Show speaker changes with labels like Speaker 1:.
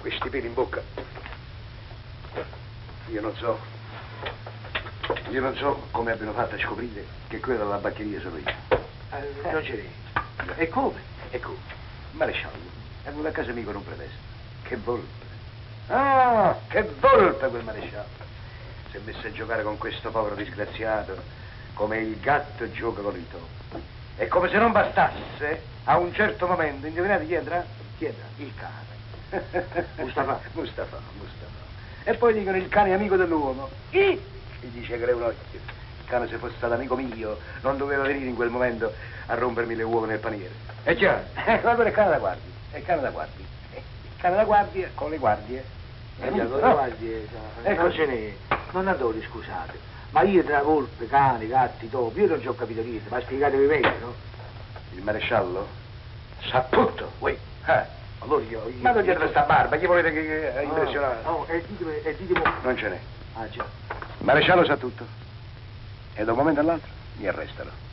Speaker 1: questi peli in bocca. Io non so. Io non so come abbiano fatto a scoprire che quella della baccheria sono io.
Speaker 2: Eh, non c'eri.
Speaker 1: E come? E come? Maresciallo è venuto a casa mia con un pretesto. Che volpe. Ah, che volpe quel maresciallo. Si è messo a giocare con questo povero disgraziato, come il gatto gioca con il topo. E come se non bastasse, a un certo momento, indovinate chi entra? Chi entra? Il cane.
Speaker 2: Mustafa.
Speaker 1: Mustafa, Mustafa. E poi dicono il cane è amico dell'uomo. Chi? Gli dice che era un occhio. Il cane se fosse stato amico mio, non doveva venire in quel momento a rompermi le uova nel paniere.
Speaker 2: È chiaro.
Speaker 1: Eh, ma quello è cane da guardia. È cane da guardia. Eh, Il cane da guardia con le guardie.
Speaker 2: Capito?
Speaker 1: Capito?
Speaker 2: No. Guardi, eh,
Speaker 1: Ecco.
Speaker 2: non ce n'è. Non adori, scusate. Ma io tra volpe, cani, gatti, topi, io non ci ho capito niente, ma spiegatevi meglio, no?
Speaker 1: Il maresciallo? Sa tutto, uè. Eh, allora io... io
Speaker 2: Ma non gli
Speaker 1: sta barba, chi volete che- che è Eh. impressionato?
Speaker 2: Oh, oh, e ditemi, e ditemi...
Speaker 1: Non ce n'è.
Speaker 2: Ah, già.
Speaker 1: Il maresciallo sa tutto. E da un momento all'altro mi arrestano.